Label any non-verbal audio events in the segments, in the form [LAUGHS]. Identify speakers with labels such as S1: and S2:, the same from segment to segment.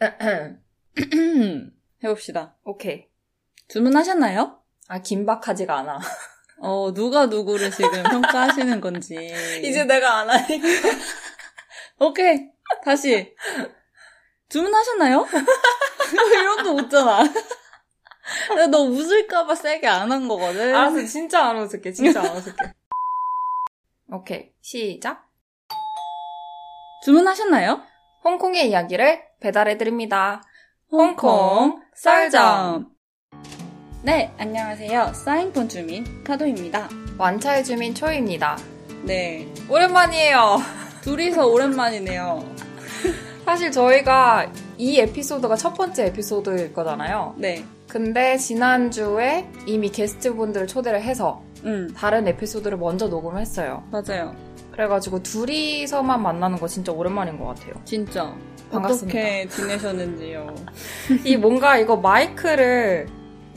S1: 음, 해봅시다.
S2: 오케이.
S1: 주문하셨나요?
S2: 아, 긴박하지가 않아.
S1: 어, 누가 누구를 지금 평가하시는 건지.
S2: [LAUGHS] [CLEARS THROAT] 이제 내가 안 하니까.
S1: [LAUGHS] 오케이. 다시. 주문하셨나요? 이런 거 웃잖아. 근데 너 웃을까봐 세게 안 한 거거든.
S2: 알았어, 진짜 안 어색해. 진짜 안 어색해. 오케이. 시작.
S1: 주문하셨나요?
S2: 홍콩의 이야기를 배달해드립니다. 홍콩 썰점.
S1: 네, 안녕하세요. 사인폰 주민 카도입니다.
S2: 완차의 주민 초입니다.
S1: 네.
S2: 오랜만이에요.
S1: 둘이서 오랜만이네요.
S2: [LAUGHS] 사실 저희가 이 에피소드가 첫 번째 에피소드일 거잖아요.
S1: 네.
S2: 근데 지난주에 이미 게스트분들을 초대를 해서
S1: 음,
S2: 다른 에피소드를 먼저 녹음했어요.
S1: 맞아요.
S2: 그래가지고 둘이서만 만나는 거 진짜 오랜만인 것 같아요.
S1: 진짜.
S2: 반갑습니다.
S1: 어떻게 지내셨는지요.
S2: 이 뭔가 이거 마이크를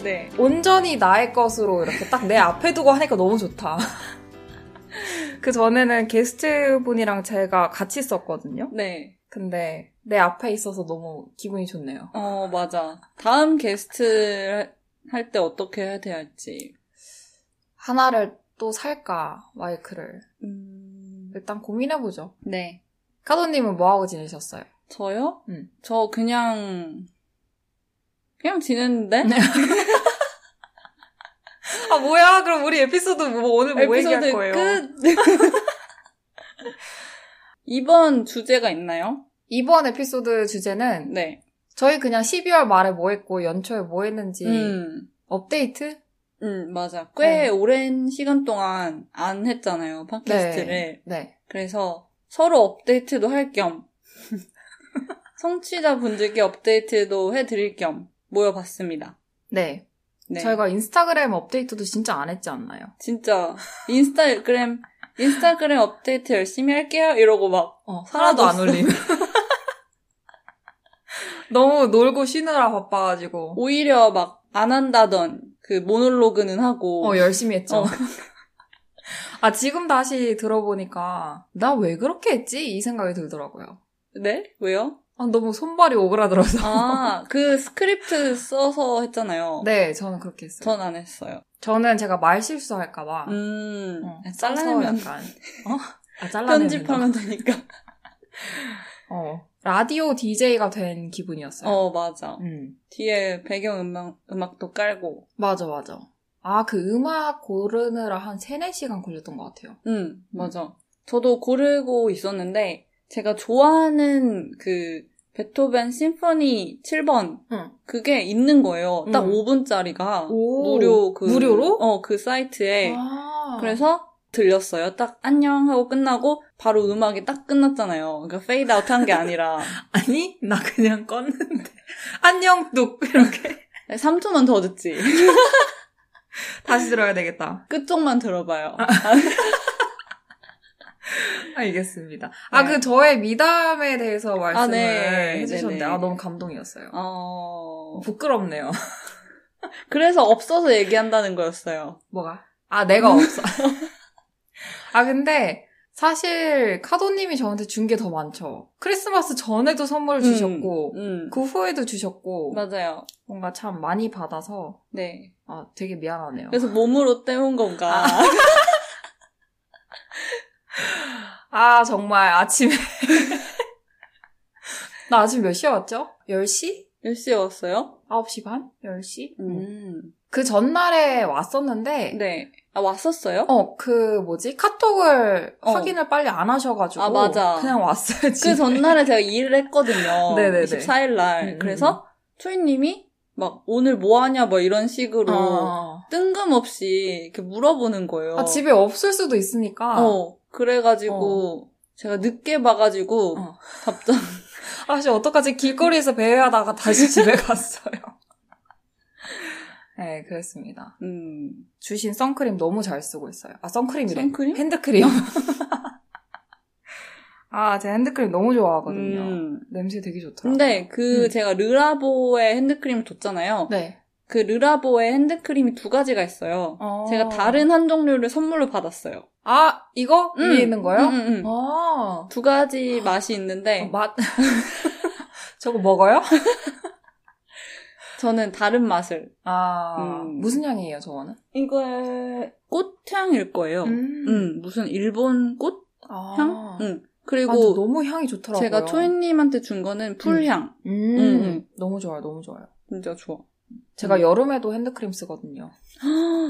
S1: 네.
S2: 온전히 나의 것으로 이렇게 딱 내 앞에 두고 하니까 너무 좋다. [LAUGHS] 그 전에는 게스트분이랑 제가 같이 썼거든요.
S1: 네.
S2: 근데 내 앞에 있어서 너무 기분이 좋네요.
S1: 어, 맞아. 다음 게스트 할 때 어떻게 해야 될지.
S2: 하나를 또 살까 마이크를
S1: 음,
S2: 일단 고민해보죠.
S1: 네.
S2: 카도님은 뭐 하고 지내셨어요?
S1: 저요?
S2: 음.
S1: 저 그냥, 그냥 지냈는데?
S2: 네. 아 뭐야? 그럼 우리 에피소드 뭐 오늘
S1: 에피소드 끝! [LAUGHS] 이번 주제가 있나요?
S2: 이번 에피소드 주제는
S1: 네.
S2: 저희 그냥 12월 말에 뭐 했고 연초에 뭐 했는지
S1: 음.
S2: 업데이트?
S1: 음, 맞아.
S2: 네.
S1: 꽤 오랜 시간 동안 안 했잖아요, 팟캐스트를.
S2: 네.
S1: 그래서 서로 업데이트도 할 겸 [LAUGHS] 청취자분들께 업데이트도 해드릴 겸 모여봤습니다.
S2: 네.
S1: 네.
S2: 저희가 인스타그램 업데이트도 진짜 안 했지 않나요?
S1: 진짜 인스타그램 인스타그램 업데이트 열심히 할게요 이러고 막
S2: 어,
S1: 하나도 안
S2: 올림. [LAUGHS] 너무 놀고 쉬느라 바빠가지고.
S1: 오히려 막 안 한다던 그 모놀로그는 하고
S2: 어, 열심히 했죠.
S1: 어.
S2: [LAUGHS] 아, 지금 다시 들어보니까, 나 왜 그렇게 했지? 이 생각이 들더라고요.
S1: 네 왜요?
S2: 아, 너무 손발이 오그라들어서.
S1: 아 그 스크립트 써서 했잖아요.
S2: 네, 저는 그렇게 했어요.
S1: 어. 전 안 했어요.
S2: 저는 제가 말 실수할까봐.
S1: 음
S2: 어,
S1: 잘라내면 [LAUGHS]
S2: 써서 약간, 어? 아, 잘라내면.
S1: 편집하면 되니까.
S2: 어. 라디오 DJ가 된 기분이었어요.
S1: 어 맞아.
S2: 음.
S1: 뒤에 배경 음악 음악도 깔고.
S2: 맞아, 맞아. 아, 그 음악 고르느라 한 3, 4시간 걸렸던 것 같아요.
S1: 응, 맞아. 저도 고르고 있었는데, 제가 좋아하는 그, 베토벤 심포니 7번,
S2: 응.
S1: 그게 있는 거예요. 딱
S2: 음.
S1: 5분짜리가.
S2: 오.
S1: 무료 그.
S2: 무료로?
S1: 어, 그 사이트에.
S2: 아.
S1: 그래서 들렸어요. 딱 안녕 하고 끝나고, 바로 음악이 딱 끝났잖아요. 그러니까 페이드 아웃 한
S2: [LAUGHS]
S1: 게 아니라,
S2: 아니, 나 그냥 껐는데. [LAUGHS] 안녕, 뚝. 이렇게. [LAUGHS]
S1: 3초만 더 듣지. [LAUGHS]
S2: 다시 들어야 되겠다.
S1: 끝쪽만 들어봐요.
S2: 아. 알겠습니다.
S1: 아,
S2: 아,
S1: 그
S2: 그 저의 미담에 대해서 말씀을
S1: 말씀을 해주셨는데,
S2: 해주셨는데,
S1: 아,
S2: 아,
S1: 너무
S2: 너무 아, 감동이었어요.
S1: 어,
S2: 부끄럽네요.
S1: 그래서 없어서 얘기한다는 거였어요.
S2: 뭐가? 아, 내가 없어. [LAUGHS] 아, 근데 사실 카도님이 저한테 준 게 더 많죠. 크리스마스 전에도 선물을 주셨고,
S1: 음, 음.
S2: 그 후에도 주셨고,
S1: 맞아요.
S2: 뭔가 참 많이 받아서,
S1: 네.
S2: 아, 되게 미안하네요.
S1: 그래서 몸으로 때운 건가?
S2: 아, 정말 아침에. [LAUGHS] 나 아침 몇 시에 왔죠? 10시?
S1: [LAUGHS] 몇 시에 왔어요?
S2: 9시 반? 10시?
S1: 음.
S2: 그 전날에 왔었는데,
S1: 네. 아, 왔었어요?
S2: 어, 그 뭐지? 카톡을
S1: 어.
S2: 확인을 빨리 안 하셔가지고.
S1: 아, 맞아.
S2: 그냥 왔어요, 집에.
S1: 그 전날에 제가 일을 했거든요.
S2: [LAUGHS] 네네네.
S1: 24일 날.
S2: 음, 음,
S1: 그래서 초이님이 막 오늘 뭐 하냐 뭐 이런 식으로
S2: 어.
S1: 뜬금없이 이렇게 물어보는 거예요.
S2: 아, 집에 없을 수도 있으니까.
S1: 어. 그래가지고 제가 늦게 봐가지고
S2: 어.
S1: 답장.
S2: 아, 씨, 어떡하지? 길거리에서 배회하다가 다시 집에 [LAUGHS] 갔어요. 네, 그랬습니다.
S1: 음.
S2: 주신 선크림 너무 잘 쓰고 있어요. 아, 선크림이래.
S1: 선크림?
S2: 핸드크림. [LAUGHS] 아, 제가 핸드크림 너무 좋아하거든요.
S1: 음.
S2: 냄새 되게 좋더라고요.
S1: 근데 그
S2: 음.
S1: 제가 르라보의 핸드크림을 줬잖아요.
S2: 네.
S1: 그 르라보의 핸드크림이 두 가지가 있어요.
S2: 어.
S1: 제가 다른 한 종류를 선물로 받았어요.
S2: 아, 이거?
S1: 음.
S2: 위에 있는 거요? 아.
S1: 음, 음, 음.
S2: 어.
S1: 두 가지 맛이 있는데
S2: 맛. [LAUGHS] 저거 먹어요?
S1: 저는 다른 맛을.
S2: 아,
S1: 음.
S2: 무슨 향이에요, 저거는?
S1: 이거에 꽃향일 거예요. 음. 무슨 일본 꽃
S2: 아.
S1: 향? 응.
S2: 아,
S1: 그리고
S2: 근데 너무 향이 좋더라고요.
S1: 제가 초인님한테 준 거는 풀향.
S2: 음.
S1: 음, 음.
S2: 너무 좋아요, 너무 좋아요.
S1: 진짜 좋아.
S2: 제가
S1: 음.
S2: 여름에도 핸드크림 쓰거든요.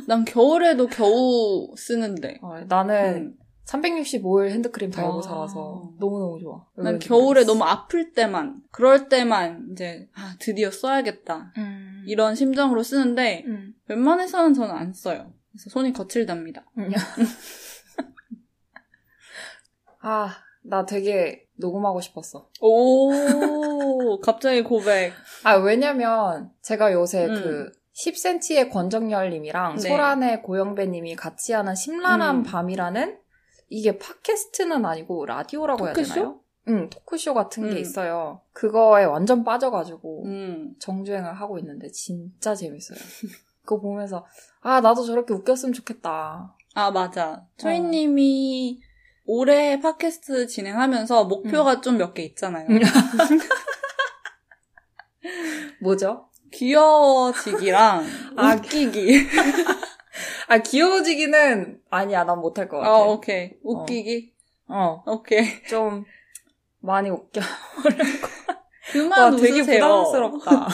S1: 난 겨울에도 겨우 쓰는데.
S2: 어, 나는
S1: 음.
S2: 365일 핸드크림 달고
S1: 아.
S2: 살아서 너무너무 좋아.
S1: 난 겨울에 너무 아플 때만, 그럴 때만 이제 아, 드디어 써야겠다
S2: 음.
S1: 이런 심정으로 쓰는데
S2: 음.
S1: 웬만해서는 저는 안 써요. 그래서 손이 거칠답니다.
S2: 아, 나 되게 녹음하고 싶었어.
S1: 오, [LAUGHS] 갑자기 고백.
S2: 아, 왜냐면 제가 요새
S1: 음.
S2: 그 10cm의 권정열님이랑
S1: 네.
S2: 소란의 고영배님이 같이 하는 심란한
S1: 음.
S2: 밤이라는 이게 팟캐스트는 아니고 라디오라고 해야
S1: 토크쇼?
S2: 되나요? 응, 토크쇼 같은 게
S1: 음.
S2: 있어요. 그거에 완전 빠져가지고
S1: 음,
S2: 정주행을 하고 있는데 진짜 재밌어요. [LAUGHS] 그거 보면서 아, 나도 저렇게 웃겼으면 좋겠다.
S1: 아 맞아. 초이님이 올해 팟캐스트 진행하면서 목표가 좀 몇 개 있잖아요. [LAUGHS]
S2: 음. 뭐죠?
S1: 귀여워지기랑
S2: 아.
S1: 그 웃기기.
S2: 아, 귀여워지기는 아니야, 난 못할 것
S1: 아
S2: 같아.
S1: 오케이. 웃기기.
S2: 어,
S1: 오케이.
S2: 좀 많이 웃겨.
S1: 그만
S2: 와,
S1: 웃으세요.
S2: 되게 부담스럽다.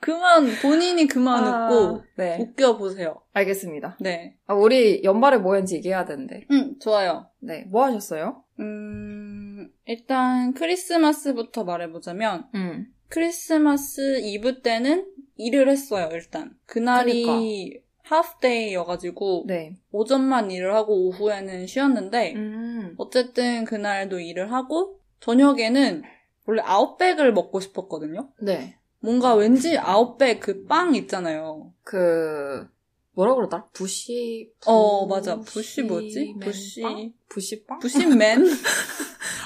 S1: 그만 본인이 그만
S2: [LAUGHS] 아,
S1: 웃고
S2: 네,
S1: 웃겨 보세요.
S2: 알겠습니다.
S1: 네.
S2: 아, 우리 연말에 뭐 했는지 얘기해야 되는데.
S1: 음 좋아요.
S2: 네, 뭐 하셨어요?
S1: 음 일단 크리스마스부터 말해보자면
S2: 음.
S1: 크리스마스 이브 때는 일을 했어요, 일단. 그날이 하프데이여가지고
S2: 네.
S1: 오전만 일을 하고 오후에는 쉬었는데
S2: 음.
S1: 어쨌든 그날도 일을 하고 저녁에는 원래 아웃백을 먹고 싶었거든요.
S2: 네.
S1: 뭔가 왠지 아웃백 그 빵 있잖아요.
S2: 그 뭐라 그러더라? 부시
S1: 어, 맞아. 부시 뭐지? 부시
S2: 부시빵?
S1: 부시맨?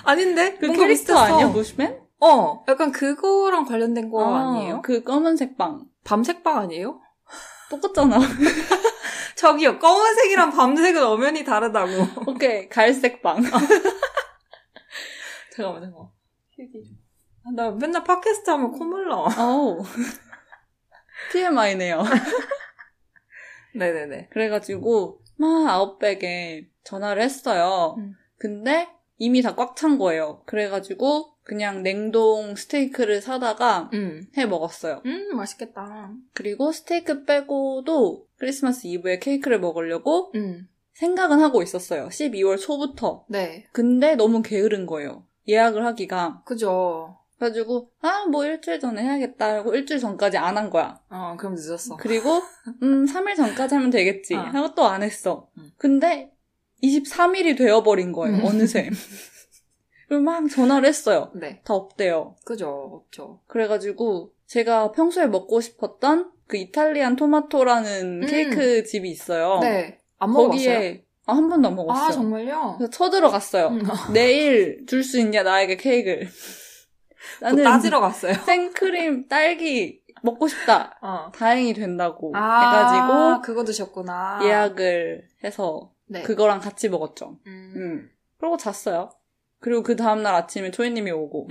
S2: 아닌데?
S1: 그
S2: 뭔가
S1: 캐릭터
S2: 비슷했어.
S1: 아니야? 부시맨?
S2: 어, 약간 그거랑 관련된 거
S1: 아,
S2: 아니에요?
S1: 그 검은색 빵.
S2: 밤색빵 아니에요? [LAUGHS]
S1: 똑같잖아.
S2: 저기요, 검은색이랑 밤색은 엄연히 다르다고.
S1: 오케이, 갈색 빵.
S2: 잠깐만, 잠깐만. 아, 나 맨날 팟캐스트 하면 콧물 나와.
S1: [LAUGHS] 어우. TMI네요.
S2: [LAUGHS] 네네네.
S1: 그래가지고 막 아웃백에 전화를 했어요.
S2: 음.
S1: 근데 이미 다 꽉 찬 거예요. 그래가지고 그냥 냉동 스테이크를 사다가
S2: 음.
S1: 해 먹었어요.
S2: 음, 맛있겠다.
S1: 그리고 스테이크 빼고도 크리스마스 이브에 케이크를 먹으려고
S2: 음.
S1: 생각은 하고 있었어요. 12월 초부터.
S2: 네.
S1: 근데 너무 게으른 거예요. 예약을 하기가.
S2: 그죠.
S1: 그래가지고 아 뭐 일주일 전에 해야겠다 하고 일주일 전까지 안 한 거야.
S2: 어, 그럼 늦었어.
S1: 그리고 음 3일 전까지 하면 되겠지
S2: 아.
S1: 하고 또 안 했어.
S2: 음.
S1: 근데 23일이 되어버린 거예요.
S2: 음. [LAUGHS]
S1: 어느새. 그리고 막 전화를 했어요.
S2: 네.
S1: 다 없대요.
S2: 그죠. 없죠.
S1: 그래가지고 제가 평소에 먹고 싶었던 그 이탈리안 토마토라는
S2: 음.
S1: 케이크 집이 있어요.
S2: 네. 안 먹어봤어요?
S1: 거기에 아, 한 번도 안 먹었어요.
S2: 아, 정말요?
S1: 그래서 쳐들어갔어요.
S2: 음.
S1: 내일 줄 수 있냐 나에게 케이크를. 나는
S2: 뭐 따지러 갔어요.
S1: 생크림 딸기 먹고 싶다.
S2: [LAUGHS] 어.
S1: 다행이 된다고
S2: 아,
S1: 해가지고
S2: 그거 드셨구나.
S1: 예약을 해서
S2: 아. 네.
S1: 그거랑 같이 먹었죠.
S2: 음.
S1: 음. 그러고 잤어요. 그리고 그 다음날 아침에 초이님이 오고.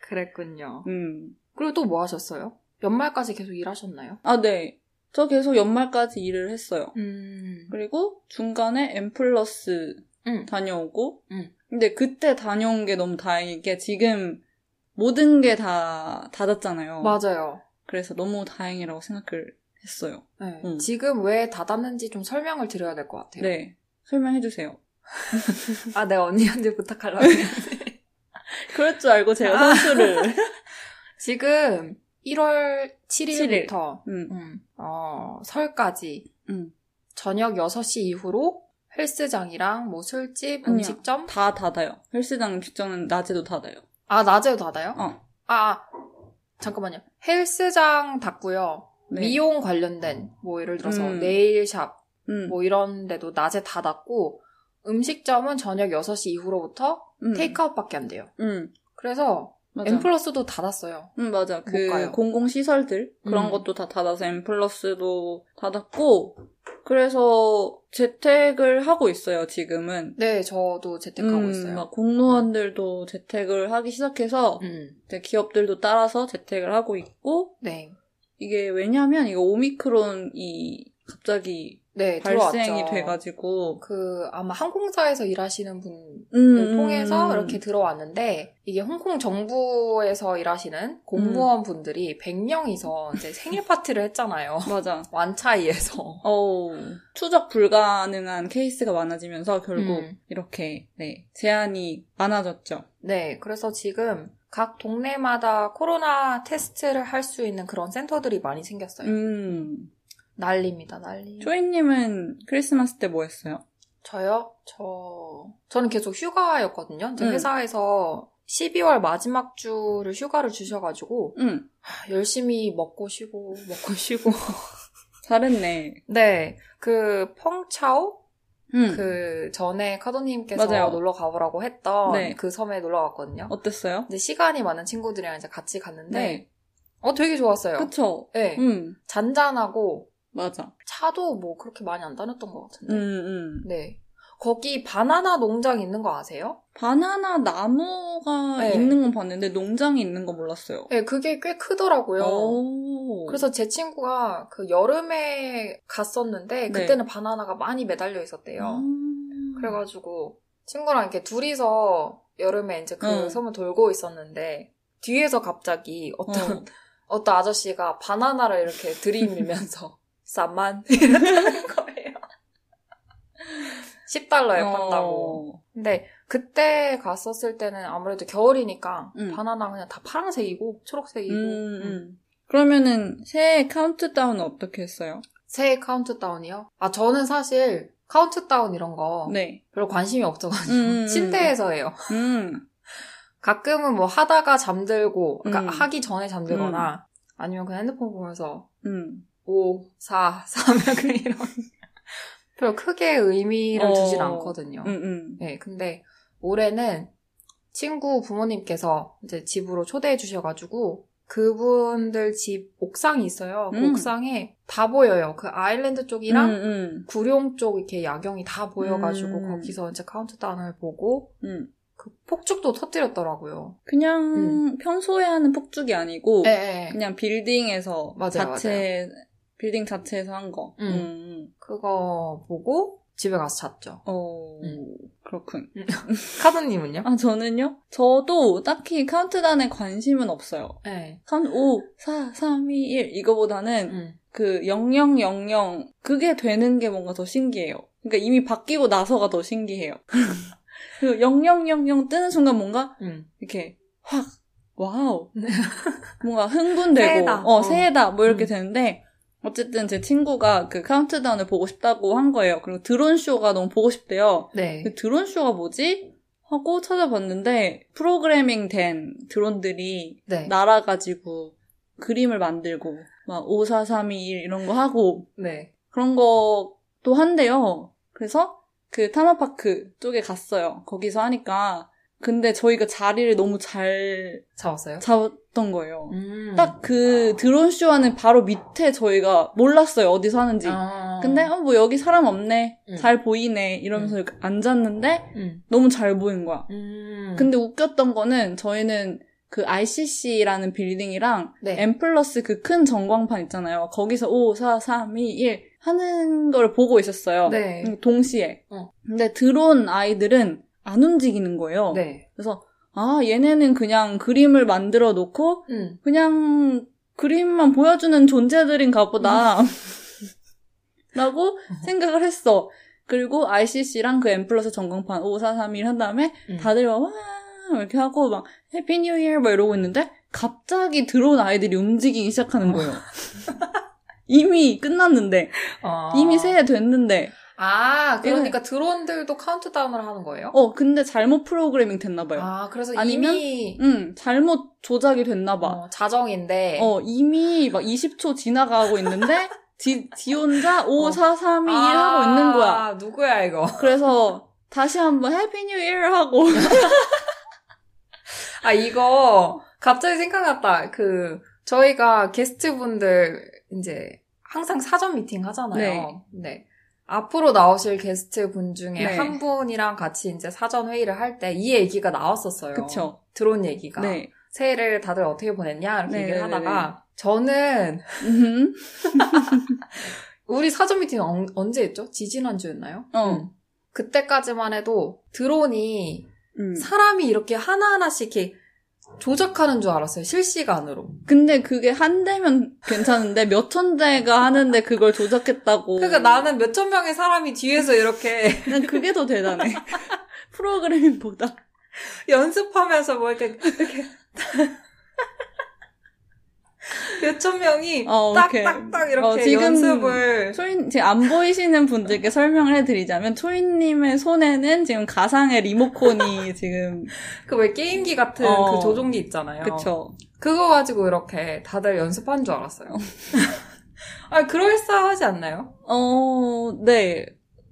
S2: 그랬군요.
S1: 음.
S2: 그리고 또 뭐 하셨어요? 연말까지 계속 일하셨나요?
S1: 아, 네. 저 계속 연말까지 일을 했어요.
S2: 음.
S1: 그리고 중간에 M 플러스
S2: 음.
S1: 다녀오고.
S2: 음.
S1: 근데 그때 다녀온 게 너무 다행인 게 지금 모든 게 다 닫았잖아요.
S2: 맞아요.
S1: 그래서 너무 다행이라고 생각을 했어요.
S2: 네.
S1: 음.
S2: 지금 왜 닫았는지 좀 설명을 드려야 될 것 같아요.
S1: 네. 설명해주세요. [LAUGHS]
S2: 아, 내가 언니한테 부탁하려고. 했는데.
S1: 그럴 줄 알고 제가 선수를.
S2: 아. 지금 1월 7일부터
S1: 음.
S2: 어, 설까지
S1: 음.
S2: 저녁 6시 이후로 헬스장이랑 뭐 술집,
S1: 아니요.
S2: 음식점
S1: 다 닫아요. 헬스장 음식점은 낮에도 닫아요.
S2: 아, 낮에도 닫아요?
S1: 어.
S2: 아, 아, 잠깐만요. 헬스장 닫고요.
S1: 네.
S2: 미용 관련된 뭐 예를 들어서
S1: 음.
S2: 네일샵
S1: 음,
S2: 뭐 이런 데도 낮에 다 닫고 음식점은 저녁 6시 이후로부터
S1: 음,
S2: 테이크아웃밖에 안 돼요.
S1: 음,
S2: 그래서
S1: 맞아.
S2: 엠플러스도 닫았어요.
S1: 음, 맞아.
S2: 못 가요.
S1: 그 공공시설들 그런
S2: 음.
S1: 것도 다 닫아서 M 플러스도 닫았고 그래서 재택을 하고 있어요, 지금은.
S2: 네, 저도 재택하고
S1: 음,
S2: 있어요.
S1: 막 공무원들도 재택을 하기 시작해서
S2: 음,
S1: 이제 기업들도 따라서 재택을 하고 있고
S2: 네.
S1: 이게 왜냐면 이거 오미크론이 갑자기
S2: 네,
S1: 발생이
S2: 들어왔죠.
S1: 돼가지고
S2: 그 아마 항공사에서 일하시는 분을
S1: 음,
S2: 통해서
S1: 음.
S2: 이렇게 들어왔는데 이게 홍콩 정부에서 일하시는
S1: 음.
S2: 공무원 분들이 100명이서 이제 생일 파티를 했잖아요. [LAUGHS]
S1: 맞아.
S2: 완차이에서.
S1: 어우, 추적 불가능한 케이스가 많아지면서 결국
S2: 음.
S1: 이렇게 네, 제한이 많아졌죠.
S2: 네, 그래서 지금 각 동네마다 코로나 테스트를 할 수 있는 그런 센터들이 많이 생겼어요.
S1: 음.
S2: 난리입니다, 난리.
S1: 조이님은 크리스마스 때 뭐 했어요?
S2: 저요? 저 저는 계속 휴가였거든요. 이제
S1: 음.
S2: 회사에서 12월 마지막 주를 휴가를 주셔가지고
S1: 응.
S2: 열심히 먹고 쉬고 먹고 [LAUGHS] 쉬고.
S1: 잘했네.
S2: 네, 그 펑차오
S1: 응.
S2: 그 전에 카도님께서
S1: 음. 맞아요.
S2: 놀러 가보라고 했던
S1: 네.
S2: 그 섬에 놀러 갔거든요.
S1: 어땠어요? 네.
S2: 근데 시간이 많은 친구들이랑 이제 같이 갔는데 어 되게 좋았어요.
S1: 그쵸? 음.
S2: 네,
S1: 응.
S2: 잔잔하고
S1: 맞아.
S2: 차도 뭐 그렇게 많이 안 다녔던 것
S1: 응,
S2: 같은데.
S1: 응.
S2: 네, 거기 바나나 농장 있는 거 아세요?
S1: 바나나 나무가
S2: 네.
S1: 있는 건 봤는데 농장이 있는 건 몰랐어요.
S2: 네, 그게 꽤 크더라고요.
S1: 어. 오.
S2: 그래서 제 친구가 그 여름에 갔었는데 그때는 바나나가 많이 매달려 있었대요.
S1: 네. 음.
S2: 그래가지고 친구랑 이렇게 둘이서 여름에 이제 그
S1: 응.
S2: 섬을 돌고 있었는데 뒤에서 갑자기
S1: 어.
S2: 어떤 [LAUGHS] 어떤 아저씨가 바나나를 이렇게
S1: [LAUGHS]
S2: 들이밀면서 싸만 [LAUGHS] 이러는 거예요. 10달러에 판다고.
S1: 어.
S2: 근데 그때 갔었을 때는 아무래도 겨울이니까
S1: 응.
S2: 바나나 그냥 다 파란색이고 초록색이고
S1: 음,
S2: 음.
S1: 음. 그러면은 새해 카운트다운은 어떻게 했어요?
S2: 새해 카운트다운이요? 아, 저는 사실 카운트다운 이런 거
S1: 네.
S2: 별로 관심이 없어가지고.
S1: 음, 음,
S2: 어. [LAUGHS] 침대에서 해요.
S1: 음.
S2: 가끔은 뭐 하다가 잠들고, 그러니까
S1: 음.
S2: 하기 전에 잠들거나, 아니면 그냥 핸드폰 보면서,
S1: 음.
S2: 5, 4, 3, 약간 [LAUGHS] 이런. 별로 크게 의미를 두진
S1: 어.
S2: 않거든요.
S1: 음, 음.
S2: 네, 근데 올해는 친구 부모님께서 이제 집으로 초대해 주셔가지고 그분들 집 옥상이 있어요. 그
S1: 음.
S2: 옥상에 다 보여요. 그 아일랜드 쪽이랑
S1: 음,
S2: 구룡 쪽 이렇게 야경이 다 보여가지고
S1: 음.
S2: 거기서 이제 카운트다운을 보고
S1: 음, 음.
S2: 그 폭죽도 터뜨렸더라고요.
S1: 그냥 평소에 하는 폭죽이 아니고
S2: 음. 네,
S1: 그냥 빌딩에서
S2: 맞아요,
S1: 자체 빌딩 자체에서 한 거.
S2: 음.
S1: 음.
S2: 그거 보고 집에 가서 잤죠.
S1: 어,
S2: 음.
S1: 그렇군.
S2: 카드님은요?
S1: 아, 저는요? 저도 딱히 카운트다운에 관심은 없어요.
S2: 네.
S1: 카운트 5, 4, 3, 2, 1 이거보다는
S2: 음.
S1: 그 0000 그게 되는 게 뭔가 더 신기해요. 그러니까 이미 바뀌고 나서가 더 신기해요. [LAUGHS] 그 0000 뜨는 순간 뭔가
S2: 음.
S1: 이렇게 확 와우
S2: 네.
S1: 뭔가 흥분되고
S2: 새해다.
S1: 어
S2: 어.
S1: 새해다 뭐 이렇게
S2: 음.
S1: 되는데 어쨌든 제 친구가 그 카운트다운을 보고 싶다고 한 거예요. 그리고 드론 쇼가 너무 보고 싶대요.
S2: 네.
S1: 그 드론 쇼가 뭐지? 하고 찾아봤는데 프로그래밍 된 드론들이
S2: 네.
S1: 날아가지고 그림을 만들고 막 5, 4, 3, 2, 1 이런 거 하고
S2: 네.
S1: 그런 것도 한대요. 그래서 그 테마파크 쪽에 갔어요. 거기서 하니까 근데 저희가 자리를 너무 잘
S2: 잡았어요?
S1: 잡았던 거예요.
S2: 음.
S1: 딱 그 드론 쇼하는 바로 밑에 저희가 몰랐어요 어디서 하는지.
S2: 아.
S1: 근데 어 뭐 여기 사람 없네,
S2: 음.
S1: 잘 보이네 이러면서 이렇게 앉았는데
S2: 음.
S1: 너무 잘 보인 거야.
S2: 음.
S1: 근데 웃겼던 거는 저희는 그 RCC라는 빌딩이랑
S2: 네.
S1: M 플러스 그 큰 전광판 있잖아요. 거기서 5, 4, 3, 2, 1 하는 걸 보고 있었어요.
S2: 네.
S1: 음, 동시에.
S2: 어.
S1: 근데 드론 아이들은 안 움직이는 거예요.
S2: 네.
S1: 그래서 아 얘네는 그냥 그림을 만들어 놓고
S2: 음.
S1: 그냥 그림만 보여주는 존재들인가
S2: [LAUGHS]
S1: 보다. 라고 생각을 했어. 그리고 RCC랑 그 M 플러스 전광판 5, 4, 3, 1 한 다음에
S2: 음.
S1: 다들 막, 와, 이렇게 하고, 막, 해피 뉴 이어, 막 이러고 있는데, 갑자기 들어온 아이들이 움직이기
S2: [LAUGHS]
S1: 시작하는 거예요. 이미 끝났는데,
S2: 아.
S1: 이미 새해 됐는데,
S2: 아, 그러니까 드론들도 카운트다운을 하는 거예요?
S1: 어, 근데 잘못 프로그래밍 됐나봐요.
S2: 아, 그래서
S1: 아니면-
S2: 이미
S1: 응, 잘못 조작이 됐나봐.
S2: 어, 자정인데
S1: 어. 이미 막 20초 지나가고 있는데, 지, 지 혼자 5,
S2: 어.
S1: 4, 3, 2, 1 하고 있는 거야.
S2: 아, 누구야 이거?
S1: 그래서, 다시 한번 해피 뉴 이어 하고,
S2: 아, 이거 갑자기 생각났다. 그 저희가 게스트분들 이제 항상 사전 미팅 하잖아요. 네. 앞으로 나오실 게스트 분 중에
S1: 네.
S2: 한 분이랑 같이 이제 사전 회의를 할 때 이 얘기가 나왔었어요.
S1: [LAUGHS] 그쵸.
S2: 드론 얘기가.
S1: 네.
S2: 새해를 다들 어떻게 보냈냐 이렇게
S1: 네,
S2: 얘기를
S1: 네, 네,
S2: 하다가 저는
S1: 음흠.
S2: 우리 사전 미팅 언, 언제 했죠? 지지난주였나요?
S1: 어.
S2: 응. 그때까지만 해도 드론이
S1: 음.
S2: 사람이 이렇게 하나하나씩 이렇게 조작하는 줄 알았어요. 실시간으로.
S1: 근데 그게 한 대면 괜찮은데 몇 천 대가 하는데 그걸 조작했다고.
S2: 그러니까 나는 몇천 명의 사람이 뒤에서 이렇게 [LAUGHS]
S1: 난 그게 더 대단해. [LAUGHS] 프로그래밍보다.
S2: 연습하면서 뭐 이렇게, 이렇게 [LAUGHS] 몇천 명이
S1: 어, 오케이.
S2: 딱딱딱 이렇게
S1: 어, 지금
S2: 연습을
S1: 초인, 지금 안 보이시는 분들께 설명을 해드리자면, 초인님의 손에는 지금 가상의 리모컨이 지금,
S2: 그 왜 게임기 같은
S1: 어.
S2: 그 조종기 있잖아요.
S1: 그쵸.
S2: 그거 가지고 이렇게 다들 연습한 줄 알았어요. [LAUGHS] 아, 그럴싸하지 않나요?
S1: 어, 네.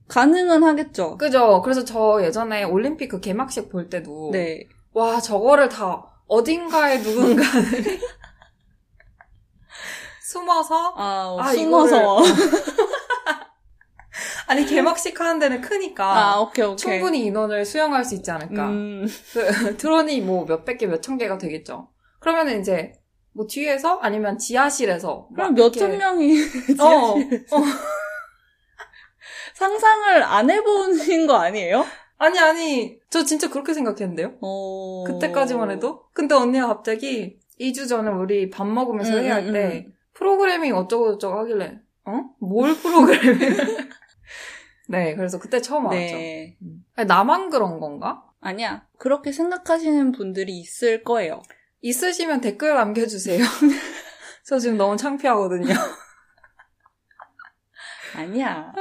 S1: 가능은 하겠죠.
S2: 그죠? 그래서 저 예전에 올림픽 그 개막식 볼 때도
S1: 네.
S2: 와, 저거를 다 어딘가에 누군가를
S1: [LAUGHS]
S2: 숨어서
S1: 아,
S2: 아,
S1: 숨어서.
S2: 아니 개막식 하는 데는 크니까
S1: [LAUGHS] 아, 오케이, 오케이.
S2: 충분히 인원을 수용할 수 있지 않을까.
S1: 음,
S2: 그 [LAUGHS] 드론이 뭐 몇백 개, 몇천 개가 되겠죠. 그러면 이제 뭐 뒤에서 아니면 지하실에서 막
S1: 그럼 몇천
S2: 이렇게-
S1: 명이 [LAUGHS] 그
S2: 어,
S1: 상상을 안 해보신 거 아니에요?
S2: 아니, 아니. 저 진짜 그렇게 생각했는데요.
S1: 어...
S2: 그때까지만 해도. 근데 언니가 갑자기 2주 전에 우리 밥 먹으면서
S1: 음,
S2: 회의할
S1: 음,
S2: 때 프로그래밍 어쩌고저쩌고 하길래 어? 뭘 프로그래밍? [LAUGHS] 네, 그래서 그때 처음 알았죠.
S1: 네.
S2: 아니, 나만 그런 건가?
S1: 아니야. 그렇게 생각하시는 분들이 있을 거예요.
S2: 있으시면 댓글 남겨주세요. [LAUGHS] 저 지금 너무
S1: [LAUGHS]
S2: 창피하거든요.
S1: 아니야.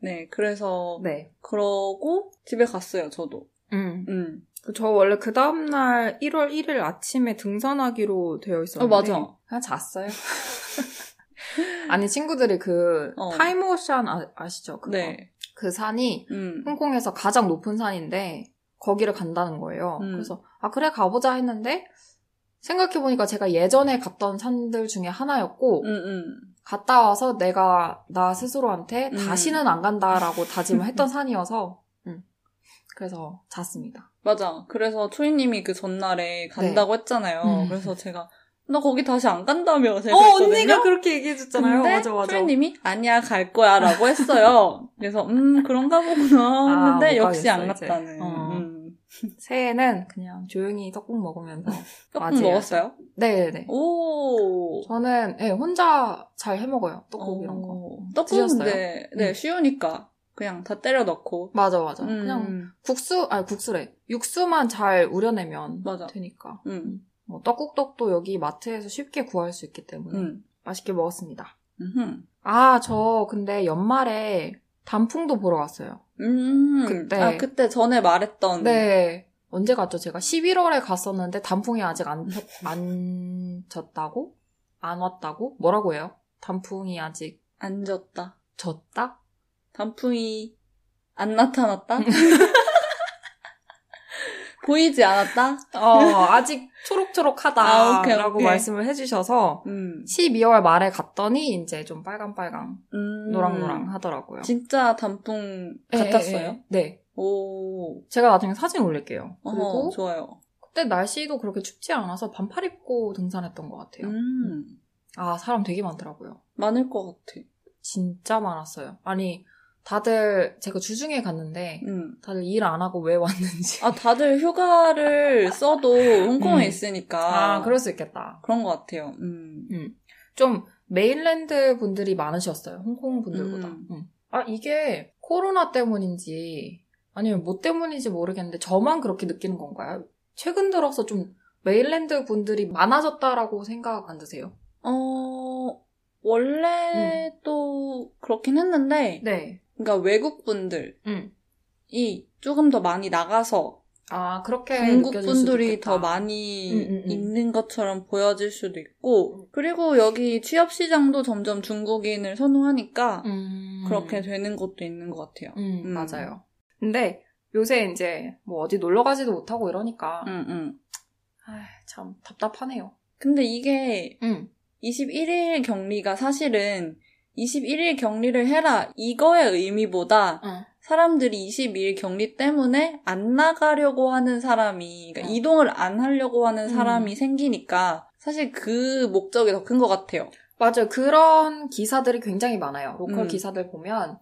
S1: 네, 그래서
S2: 네.
S1: 그러고 집에 갔어요, 저도.
S2: 음.
S1: 음.
S2: 저 원래 그 다음날 1월 1일 아침에 등산하기로 되어 있었는데.
S1: 어, 맞아.
S2: 그냥 잤어요. [LAUGHS] 아니, 친구들이 그,
S1: 어.
S2: 타이머오션 아, 시죠 그거?
S1: 네.
S2: 그 산이
S1: 음.
S2: 홍콩에서 가장 높은 산인데, 거기를 간다는 거예요.
S1: 음.
S2: 그래서, 아, 그래, 가보자 했는데, 생각해보니까 제가 예전에 갔던 산들 중에 하나였고,
S1: 음, 음.
S2: 갔다 와서 내가 나 스스로한테
S1: 음.
S2: 다시는 안 간다라고 다짐을 했던 산이어서, 음. 그래서 잤습니다.
S1: 맞아. 그래서 초이님이 그 전날에 간다고 했잖아요.
S2: 음.
S1: 그래서 제가 나 거기 다시 안 간다며 제가
S2: 어,
S1: 했거든요.
S2: 언니가 그렇게 얘기해줬잖아요.
S1: 네, 근데
S2: 맞아, 맞아.
S1: 초이님이 아니야 갈 거야라고 했어요. [LAUGHS] 그래서 음 그런가 보구나
S2: 아,
S1: 했는데
S2: 못
S1: 역시 안
S2: 가겠어, 이제.
S1: 갔다는.
S2: 어.
S1: 음.
S2: 새해에는 그냥 조용히 떡국 먹으면서.
S1: 떡국
S2: 맞아요.
S1: 먹었어요?
S2: 네네네.
S1: 오.
S2: 저는 예, 혼자 잘 해먹어요. 떡국 이런 거.
S1: 떡국은 네, 네
S2: 음.
S1: 쉬우니까 그냥 다 때려 넣고.
S2: 맞아, 맞아.
S1: 음,
S2: 그냥 국수, 아니 국수래. 육수만 잘 우려내면
S1: 맞아.
S2: 되니까.
S1: 음,
S2: 뭐 떡국떡도 여기 마트에서 쉽게 구할 수 있기 때문에
S1: 음,
S2: 맛있게 먹었습니다.
S1: 음흠.
S2: 아, 저 근데 연말에 단풍도 보러 갔어요.
S1: 음,
S2: 그때.
S1: 아 그때 전에 말했던.
S2: 네. 언제 갔죠? 제가 11월에 갔었는데 단풍이 아직 안, 폈- 안 졌다고? 안 왔다고? 뭐라고 해요? 단풍이 아직
S1: 안 졌다.
S2: 졌다?
S1: 단풍이 안
S2: 음.
S1: 나타났다. [LAUGHS] 보이지 않았다.
S2: 어, 아직
S1: 아, 오케이,
S2: 초록초록하다라고
S1: 오케이.
S2: 말씀을 해주셔서
S1: 음,
S2: 12월 말에 갔더니 이제 좀 빨강빨강
S1: 음.
S2: 노랑노랑 하더라고요.
S1: 진짜 단풍
S2: 예,
S1: 같았어요.
S2: 예, 예. 네.
S1: 오,
S2: 제가 나중에 사진 올릴게요.
S1: 어,
S2: 그리고
S1: 좋아요.
S2: 그때 날씨도 그렇게 춥지 않아서 반팔 입고 등산했던 것 같아요.
S1: 음,
S2: 아, 사람 되게 많더라고요.
S1: 많을 것 같아.
S2: 진짜 많았어요. 아니, 다들 제가 주중에 갔는데
S1: 음.
S2: 다들 일 안 하고 왜 왔는지. [LAUGHS]
S1: 아, 다들 휴가를 써도 홍콩에
S2: 음.
S1: 있으니까.
S2: 그럴 수 있겠다.
S1: 그런 것 같아요. 음.
S2: 좀 메인랜드 분들이 많으셨어요. 홍콩 분들보다.
S1: 음.
S2: 음. 아, 이게 코로나 때문인지 아니면 뭐 때문인지 모르겠는데 저만 그렇게 느끼는 건가요? 최근 들어서 좀 메인랜드 분들이 많아졌다라고 생각 안 드세요?
S1: 어, 원래 또 그렇긴 했는데,
S2: 음. 네.
S1: 그러니까 외국 분들이
S2: 음.
S1: 조금 더 많이 나가서
S2: 아, 그렇게
S1: 중국
S2: 느껴질 수도
S1: 분들이
S2: 있겠다.
S1: 더 많이
S2: 음, 음, 음.
S1: 있는 것처럼 보여질 수도 있고, 그리고 여기 취업 시장도 점점 중국인을 선호하니까
S2: 음.
S1: 그렇게 되는 것도 있는 것 같아요.
S2: 음,
S1: 음.
S2: 맞아요. 근데 요새 이제 뭐 어디 놀러 가지도 못하고 이러니까
S1: 음, 음.
S2: 아이, 참 답답하네요.
S1: 근데 이게
S2: 음.
S1: 21일 격리가 사실은 21일 격리를 해라 이거의 의미보다
S2: 어.
S1: 사람들이 22일 격리 때문에 안 나가려고 하는 사람이 그러니까
S2: 어.
S1: 이동을 안 하려고 하는
S2: 음.
S1: 사람이 생기니까 사실 그 목적이 더 큰 것 같아요.
S2: 맞아요. 그런 기사들이 굉장히 많아요. 로컬
S1: 음.
S2: 기사들 보면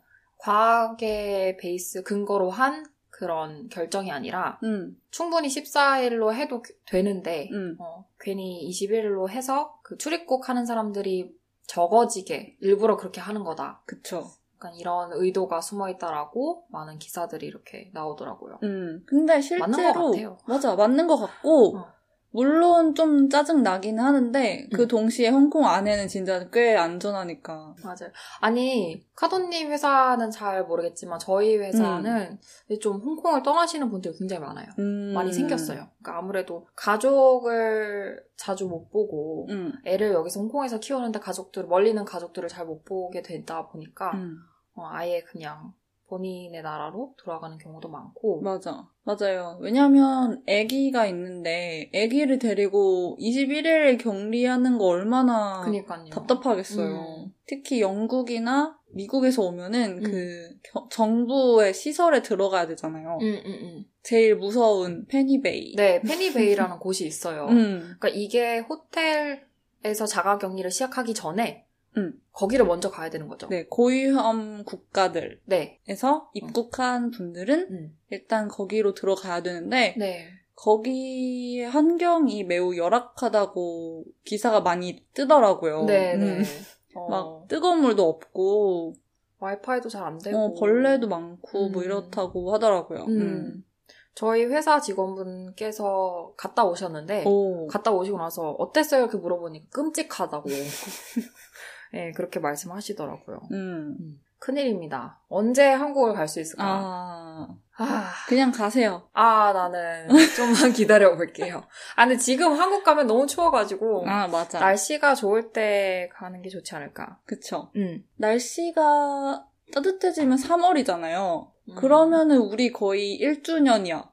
S2: 과학의 베이스 근거로 한 그런 결정이 아니라
S1: 음,
S2: 충분히 14일로 해도 그, 되는데
S1: 음,
S2: 어, 괜히 21일로 해서 그 출입국 하는 사람들이 적어지게 일부러 그렇게 하는 거다.
S1: 그쵸.
S2: 약간 이런 의도가 숨어 있다라고 많은 기사들이 이렇게 나오더라고요.
S1: 음, 근데 실제로
S2: 맞는 것 같아요.
S1: 맞아 맞는 것 같고
S2: 어.
S1: 물론 좀 짜증 나긴 하는데 그
S2: 음.
S1: 동시에 홍콩 안에는 진짜 꽤 안전하니까.
S2: 맞아요. 아니 카돈님 회사는 잘 모르겠지만 저희 회사는 좀 홍콩을 떠나시는 분들이 굉장히 많아요.
S1: 음.
S2: 많이 생겼어요. 그러니까 아무래도 가족을 자주 못 보고
S1: 음,
S2: 애를 여기서 홍콩에서 키우는데 가족들 멀리는 가족들을 잘 못 보게 되다 보니까
S1: 음.
S2: 어, 아예 그냥 본인의 나라로 돌아가는 경우도 많고
S1: 맞아. 맞아요. 왜냐면 아기가 있는데 아기를 데리고 21일 격리하는 거 얼마나
S2: 그니까요.
S1: 답답하겠어요.
S2: 음.
S1: 특히 영국이나 미국에서 오면은
S2: 음.
S1: 그 겨- 정부의 시설에 들어가야 되잖아요.
S2: 음, 음, 음.
S1: 제일 무서운 페니베이.
S2: 네, 페니베이라는 곳이 있어요.
S1: 음.
S2: 그러니까 이게 호텔에서 자가격리를 시작하기 전에
S1: 음.
S2: 거기를 먼저 가야 되는 거죠.
S1: 네, 고위험 국가들에서
S2: 네.
S1: 입국한 분들은
S2: 음.
S1: 일단 거기로 들어가야 되는데
S2: 네.
S1: 거기 환경이 매우 열악하다고 기사가 많이 뜨더라고요.
S2: 네,
S1: 음.
S2: 네.
S1: 막
S2: 어,
S1: 뜨거운 물도 없고
S2: 와이파이도 잘 안 되고
S1: 어, 벌레도 많고 뭐
S2: 음.
S1: 이렇다고 하더라고요.
S2: 음. 저희 회사 직원분께서 갔다 오셨는데
S1: 오.
S2: 갔다 오시고 나서 어땠어요? 이렇게 물어보니까 끔찍하다고 [LAUGHS] 네, 그렇게 말씀하시더라고요.
S1: 음.
S2: 음, 큰일입니다. 언제 한국을 갈 수 있을까?
S1: 아
S2: 아,
S1: 그냥 가세요.
S2: 아, 나는 좀만 [LAUGHS] 기다려볼게요. 아, 근데 지금 한국 가면 너무 추워가지고
S1: 아 맞아.
S2: 어. 날씨가 좋을 때 가는 게 좋지 않을까.
S1: 그쵸.
S2: 음.
S1: 날씨가 따뜻해지면 3월이잖아요.
S2: 음.
S1: 그러면은 우리 거의 1주년이야.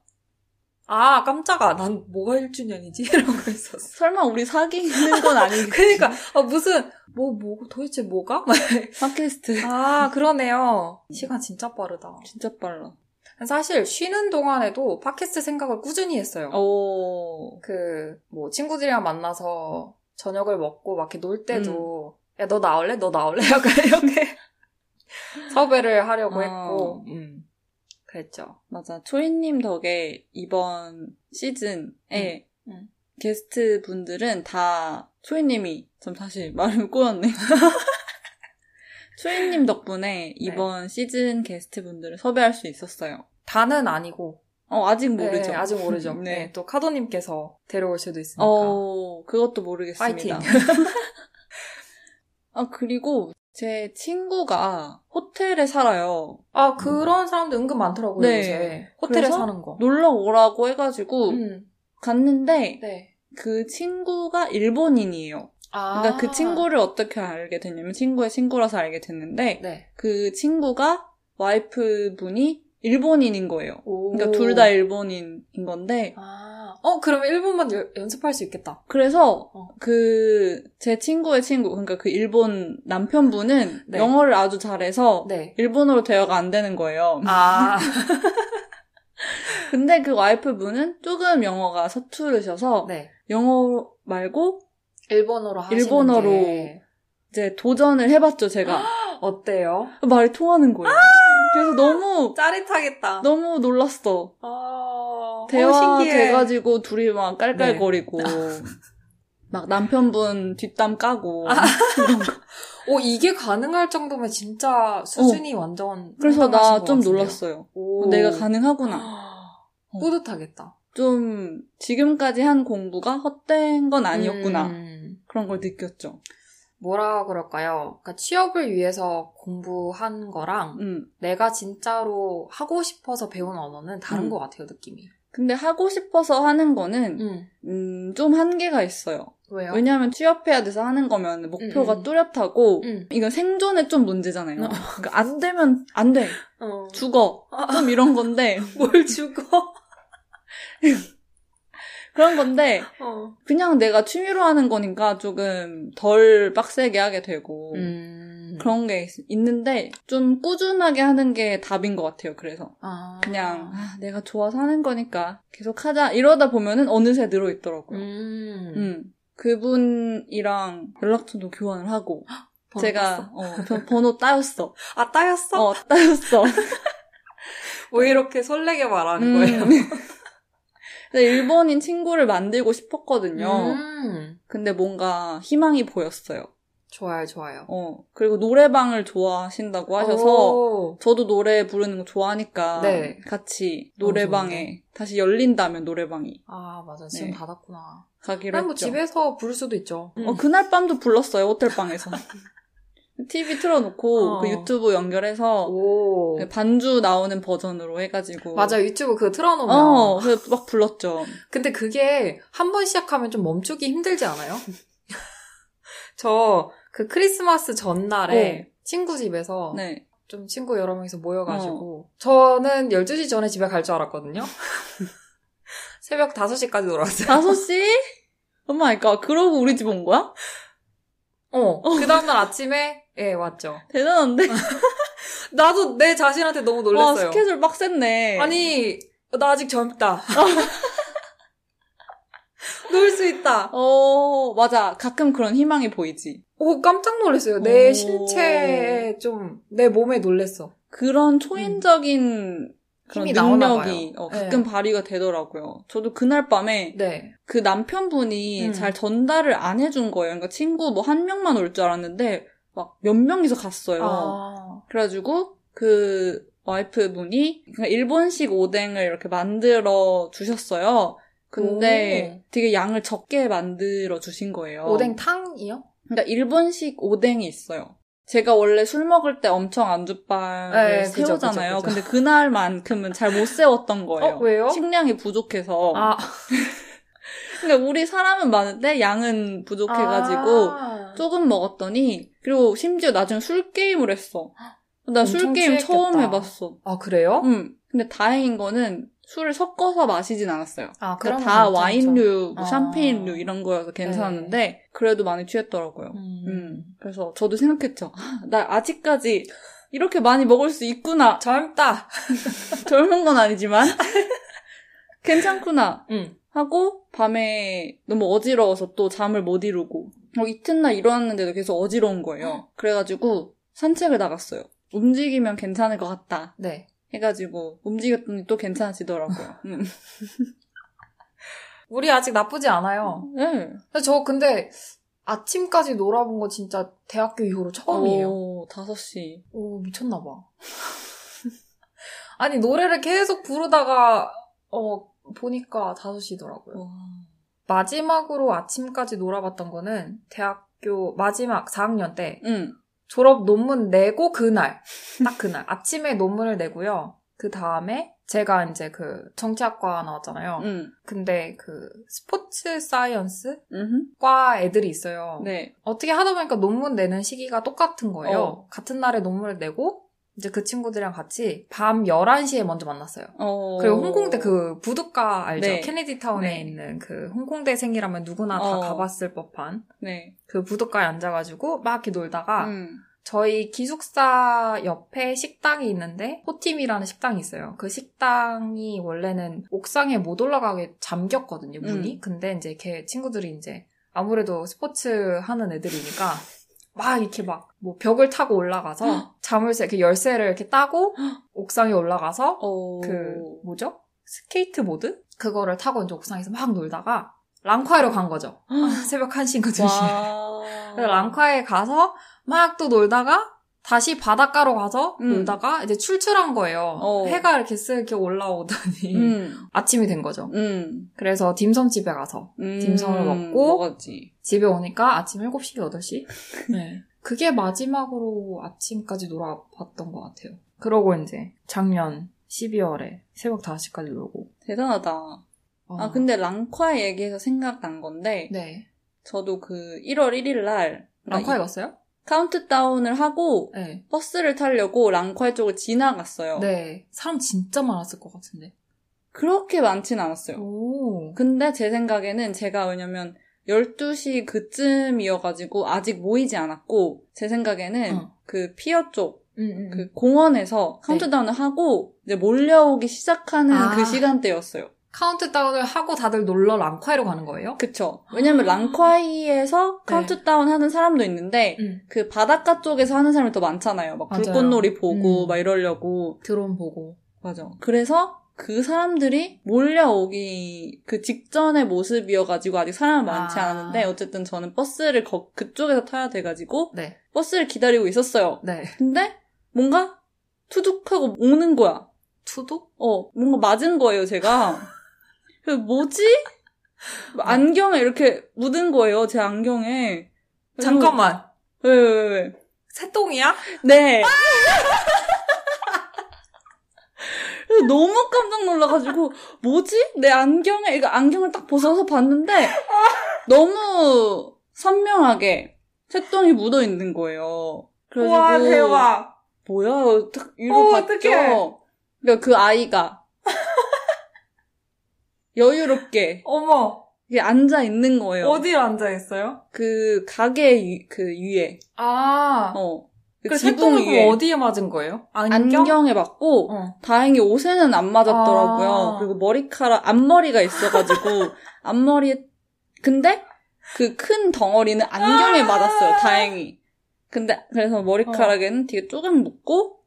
S2: 아 깜짝아 난 뭐가 1주년이지? [LAUGHS] 이러고 있었어.
S1: 설마
S2: [LAUGHS]
S1: 우리 사귀는 건 아니겠지?
S2: 그러니까 아, 무슨 뭐 뭐, 도대체 뭐가? [LAUGHS] 막
S1: 팟캐스트. [LAUGHS]
S2: 아, 그러네요. 시간 진짜 빠르다.
S1: 진짜 빨라.
S2: 사실 쉬는 동안에도 팟캐스트 생각을 꾸준히 했어요.
S1: 오.
S2: 그, 뭐, 친구들이랑 만나서 저녁을 먹고 막 이렇게 놀 때도,
S1: 음.
S2: 야, 너 나올래? 너 나올래? [LAUGHS] 약간 이렇게 섭외를 하려고
S1: 아.
S2: 했고, 음. 그랬죠.
S1: 맞아. 초이님 덕에 이번 시즌에
S2: 음, 음.
S1: 게스트 분들은 다 초이님이 좀 [LAUGHS] 다시 말을 꼬였네. 초이님
S2: 네.
S1: 덕분에 이번 시즌 게스트 분들을 섭외할 수 있었어요.
S2: 다는 아니고,
S1: 어, 아직
S2: 네,
S1: 모르죠.
S2: 아직 모르죠.
S1: [LAUGHS] 네.
S2: 네. 또 카도님께서 데려올 수도 있으니까.
S1: 어, 그것도 모르겠습니다. [LAUGHS] 아, 그리고 제 친구가 호텔에 살아요.
S2: [LAUGHS] 아, 그런 사람도 은근 많더라고요,
S1: 네.
S2: 요새. 호텔에
S1: 그래서
S2: 사는 거.
S1: 놀러 오라고 해가지고
S2: 음,
S1: 갔는데
S2: 네.
S1: 그 친구가 일본인이에요.
S2: 아.
S1: 그러니까 그 친구를 어떻게 알게 됐냐면 친구의 친구라서 알게 됐는데
S2: 네.
S1: 그 친구가 와이프 분이 일본인인 거예요.
S2: 오.
S1: 그러니까 둘 다 일본인인 건데
S2: 아, 어, 그럼 일본만 여- 연습할 수 있겠다.
S1: 그래서
S2: 어.
S1: 그 제 친구의 친구 그러니까 그 일본 남편분은
S2: 네.
S1: 영어를 아주 잘해서
S2: 네.
S1: 일본어로 대화가 안 되는 거예요.
S2: 아,
S1: 근데 그 와이프 분은 조금 영어가
S2: [LAUGHS]
S1: 서투르셔서
S2: 네.
S1: 영어 말고
S2: 일본어로 하시는
S1: 일본어로.
S2: 게
S1: 이제 도전을
S2: [GASPS]
S1: 해봤죠 제가
S2: 어때요?
S1: 말이 통하는
S2: 아!
S1: 거예요. 그래서 너무
S2: 짜릿하겠다.
S1: 너무 놀랐어.
S2: 아, 어,
S1: 대화
S2: 신기해. 네.
S1: 돼가지고 둘이 막 깔깔거리고 [LAUGHS] 막 남편분 뒷담 까고
S2: 아, 오, 어, 이게 가능할 정도면 진짜 수준이 완전.
S1: 어. 그래서 나
S2: 상당하신 것
S1: 좀
S2: 같은데요.
S1: 놀랐어요.
S2: 오.
S1: 내가 가능하구나.
S2: 아,
S1: 어.
S2: 뿌듯하겠다.
S1: 좀 지금까지 한 공부가 헛된 건 아니었구나
S2: 음,
S1: 그런 걸 느꼈죠.
S2: 뭐라 그럴까요? 그러니까 취업을 위해서 공부한 거랑
S1: 음.
S2: 내가 진짜로 하고 싶어서 배운 언어는 다른
S1: 음.
S2: 것 같아요, 느낌이.
S1: 근데 하고 싶어서 하는 거는
S2: 음.
S1: 음, 좀 한계가 있어요.
S2: 왜요?
S1: 왜냐하면 취업해야 돼서 하는 거면 목표가
S2: 음, 음.
S1: 뚜렷하고
S2: 음.
S1: 이건 생존의 좀 문제잖아요.
S2: 어.
S1: 그러니까 안 되면 안 돼, 음.
S2: 어.
S1: 죽어, 좀 이런 건데
S2: [LAUGHS] 뭘 죽어?
S1: 그런 건데
S2: 어.
S1: 그냥 내가 취미로 하는 거니까 조금 덜 빡세게 하게 되고
S2: 음.
S1: 그런 게 있- 있는데 좀 꾸준하게 하는 게 답인 것 같아요. 그래서
S2: 아.
S1: 그냥 아, 내가 좋아서 하는 거니까 계속 하자 이러다 보면은 어느새 늘어 있더라고요. 음.
S2: 음.
S1: 그분이랑 연락처도 교환을 하고
S2: 번호 땄어?
S1: 제가 어, 저 번호 따였어.
S2: 아 따였어?
S1: 어 따였어.
S2: 왜 이렇게 설레게 말하는
S1: 음. [LAUGHS]
S2: 거예요?
S1: 근데 일본인 친구를 만들고 싶었거든요.
S2: 음.
S1: 근데 뭔가 희망이 보였어요.
S2: 좋아요, 좋아요.
S1: 어 그리고 노래방을 좋아하신다고 하셔서
S2: 오.
S1: 저도 노래 부르는 거 좋아하니까
S2: 네.
S1: 같이 노래방에 다시 열린다면 노래방이
S2: 아 맞아 지금
S1: 네.
S2: 닫았구나.
S1: 가기로
S2: 그냥 뭐
S1: 했죠.
S2: 집에서 음. 부를 수도 있죠.
S1: 어, 그날 밤도 불렀어요 호텔
S2: [LAUGHS]
S1: 방에서. TV 틀어놓고
S2: 어.
S1: 그 유튜브 연결해서
S2: 오.
S1: 그 반주 나오는 버전으로 해가지고
S2: 맞아 유튜브 그거 틀어놓으면.
S1: 어, 그래서 막 불렀죠.
S2: 근데 그게 한 번 시작하면 좀 멈추기 힘들지 않아요? [LAUGHS] 저 그 크리스마스 전날에 친구 집에서
S1: 네.
S2: 좀 친구 여러 명이서 모여가지고
S1: 어.
S2: 저는 12시 전에 집에 갈 줄 알았거든요. [LAUGHS] 새벽 5시까지 놀았어요.
S1: [LAUGHS] 다섯 시? 오 마이 갓. 그러고 우리 집 온 거야?
S2: 어. 그 다음날 아침에 예 왔죠.
S1: 대단한데?
S2: 아, 나도 내 자신한테 너무
S1: 와,
S2: 놀랐어요.
S1: 스케줄 빡셌네.
S2: 아니 나 아직 젊다. [LAUGHS] 놀 수 있다.
S1: 어, 맞아. 가끔 그런 희망이 보이지.
S2: 오 깜짝 놀랐어요. 내
S1: 오.
S2: 신체에 좀 내 몸에 놀랬어.
S1: 그런 초인적인 그런
S2: 음. 힘이 나오나
S1: 능력이 어, 가끔 발휘가 되더라고요. 저도 그날 밤에
S2: 네.
S1: 그 남편분이
S2: 음.
S1: 잘 전달을 안 해준 거예요. 그러니까 친구 뭐 한 명만 올 줄 알았는데 막 몇 명이서 갔어요.
S2: 아.
S1: 그래가지고 그 와이프 분이 그냥 일본식 오뎅을 이렇게 만들어 주셨어요. 근데 되게 양을 적게 만들어 주신 거예요.
S2: 오뎅탕이요?
S1: 그러니까 일본식 오뎅이 있어요. 제가 원래 술 먹을 때 엄청 안주빵을
S2: 네, 그죠,
S1: 세우잖아요.
S2: 그죠, 그죠.
S1: 근데 그날만큼은 잘 못 세웠던 거예요.
S2: 어, 왜요?
S1: 식량이 부족해서.
S2: 아.
S1: 그러니까 우리 사람은 많은데 양은 부족해가지고
S2: 아.
S1: 조금 먹었더니 그리고 심지어 나중에 술 게임을 했어. 나
S2: 엄청
S1: 술 게임 처음
S2: 취했겠다.
S1: 해봤어.
S2: 아, 그래요?
S1: 음. 근데 다행인 거는 술을 섞어서 마시진 않았어요.
S2: 아,
S1: 그러니까
S2: 그러면
S1: 다
S2: 괜찮죠.
S1: 와인류,
S2: 아.
S1: 뭐
S2: 네.
S1: 샴페인류 이런 거여서 괜찮은데 그래도 많이 취했더라고요.
S2: 음.
S1: 음. 그래서 저도 생각했죠. [LAUGHS] 아, 나 아직까지 이렇게 많이 먹을 수 있구나. [LAUGHS]
S2: 젊다.
S1: 젊은 건 아니지만 [LAUGHS] 괜찮구나
S2: 음.
S1: 하고 밤에 너무 어지러워서 또 잠을 못 이루고 어, 이튿날 일어났는데도 계속 어지러운 거예요. 그래가지고 산책을 나갔어요. 움직이면 괜찮을 것 같다
S2: 네.
S1: 해가지고 움직였더니
S2: [LAUGHS]
S1: 또 괜찮아지더라고요. 음.
S2: 우리 아직 나쁘지 않아요.
S1: 네.
S2: 근데 저 근데 아침까지 놀아본 거 진짜 대학교 이후로 처음이에요.
S1: 오, 5시.
S2: 오, 미쳤나 봐. [LAUGHS] 아니, 노래를 계속 부르다가 어, 보니까 5시더라고요.
S1: 와.
S2: 마지막으로 아침까지 놀아봤던 거는 대학교 마지막 4학년 때
S1: 응.
S2: 졸업 논문 내고 그날 [LAUGHS] 딱 그날 아침에 논문을 내고요. 그 다음에 제가 이제 그 정치학과 나왔잖아요.
S1: 응.
S2: 근데 그 스포츠 사이언스
S1: 음.
S2: 과 애들이 있어요.
S1: 네.
S2: 어떻게 하다 보니까 논문 내는 시기가 똑같은 거예요.
S1: 어.
S2: 같은 날에 논문을 내고 이제 그 친구들이랑 같이 밤 11시에 먼저 만났어요.
S1: 어.
S2: 그리고 홍콩대 그 부두가 알죠?
S1: 네.
S2: 케네디 타운에
S1: 네.
S2: 있는 그 홍콩대생이라면 누구나 다
S1: 어.
S2: 가봤을 법한
S1: 네.
S2: 그 부두가에 앉아가지고 막 이렇게 놀다가
S1: 음.
S2: 저희 기숙사 옆에 식당이 있는데 호팀이라는 식당이 있어요. 그 식당이 원래는 옥상에 못 올라가게 잠겼거든요, 문이.
S1: 음.
S2: 근데 이제 걔 친구들이 이제 아무래도 스포츠 하는 애들이니까 막 이렇게 막 뭐 벽을 타고 올라가서 자물쇠 그 열쇠를 이렇게 따고 옥상에 올라가서
S1: 어.
S2: 그 뭐죠? 스케이트보드? 그거를 타고 이제 옥상에서 막 놀다가 랑콰이로 간 거죠. 새벽 1시인가 2시에.
S1: 와.
S2: 그 그래서 랑카에 가서 막 또 놀다가 다시 바닷가로 가서
S1: 음.
S2: 놀다가 이제 출출한 거예요.
S1: 어.
S2: 해가 이렇게 쓱 이렇게 올라오더니
S1: 음.
S2: [LAUGHS] 아침이 된 거죠.
S1: 음.
S2: 그래서 딤섬 집에 가서
S1: 음.
S2: 딤섬을 먹고.
S1: 먹었지.
S2: 집에 오니까 아침 7시, 8시? 그게 마지막으로 아침까지 놀아봤던 것 같아요. 그러고 이제 작년 12월에 새벽 5시까지 놀고.
S1: 대단하다.
S2: 어.
S1: 아, 근데 랑콰 얘기해서 생각난 건데,
S2: 네.
S1: 저도 그 1월 1일 날,
S2: 랑카에
S1: 아, 이-
S2: 갔어요?
S1: 카운트다운을 하고,
S2: 네.
S1: 버스를 타려고 랑콰 쪽을 지나갔어요.
S2: 네. 사람 진짜 많았을 것 같은데.
S1: 그렇게 많진 않았어요. 음,
S2: 오.
S1: 근데 제 생각에는 제가 왜냐면 12시 그쯤이어가지고 아직 모이지 않았고 제 생각에는
S2: 어.
S1: 그 피어 쪽
S2: 음, 음,
S1: 그 공원에서 카운트다운을 하고 이제 몰려오기 시작하는
S2: 아.
S1: 그 시간대였어요.
S2: 카운트다운을 하고 다들 놀러 랑콰이로 가는 거예요?
S1: 그쵸. 왜냐면 랑콰이에서 카운트다운 하는 사람도 있는데
S2: 응.
S1: 그 바닷가 쪽에서 하는 사람이 더 많잖아요. 막
S2: 맞아요.
S1: 불꽃놀이 보고
S2: 음.
S1: 막 이러려고.
S2: 드론 보고.
S1: 맞아. 그래서 그 사람들이 몰려오기 그 직전의 모습이어가지고 아직 사람 많지
S2: 아.
S1: 않았는데 어쨌든 저는 버스를 거- 그쪽에서 타야 돼가지고
S2: 네.
S1: 버스를 기다리고 있었어요.
S2: 네.
S1: 근데 뭔가 투둑하고 오는 거야.
S2: 투도?
S1: 어, 뭔가 맞은 거예요, 제가. 그 뭐지? 안경에 이렇게 묻은 거예요, 제 안경에.
S2: 잠깐만.
S1: 왜, 왜, 왜, 왜.
S2: 새똥이야?
S1: 네. 그래서 너무 깜짝 놀라가지고, 뭐지? 내 안경에, 이거 안경을 딱 벗어서 봤는데, 너무 선명하게 새똥이 묻어 있는 거예요. 그래가지고
S2: 와, 대박.
S1: 뭐야, 딱
S2: 어,
S1: 위로
S2: 어떡해.
S1: 봤죠. 그러니까 그 아이가 [LAUGHS] 여유롭게
S2: 어머,
S1: 이게 앉아 있는 거예요.
S2: 어디에 앉아있어요?
S1: 그 가게 유- 그 위에,
S2: 아,
S1: 어, 그
S2: 그
S1: 지붕
S2: 새똥을
S1: 위에
S2: 그럼 어디에 맞은 거예요? 안경?
S1: 안경에 맞고
S2: 어.
S1: 다행히 옷에는 안 맞았더라고요.
S2: 아.
S1: 그리고 머리카락 앞머리가 있어가지고
S2: [LAUGHS]
S1: 앞머리에 근데 그 큰 덩어리는 안경에
S2: 아. 어.
S1: 맞았어요. 다행히. 근데 그래서 머리카락에는 되게 조금 묻고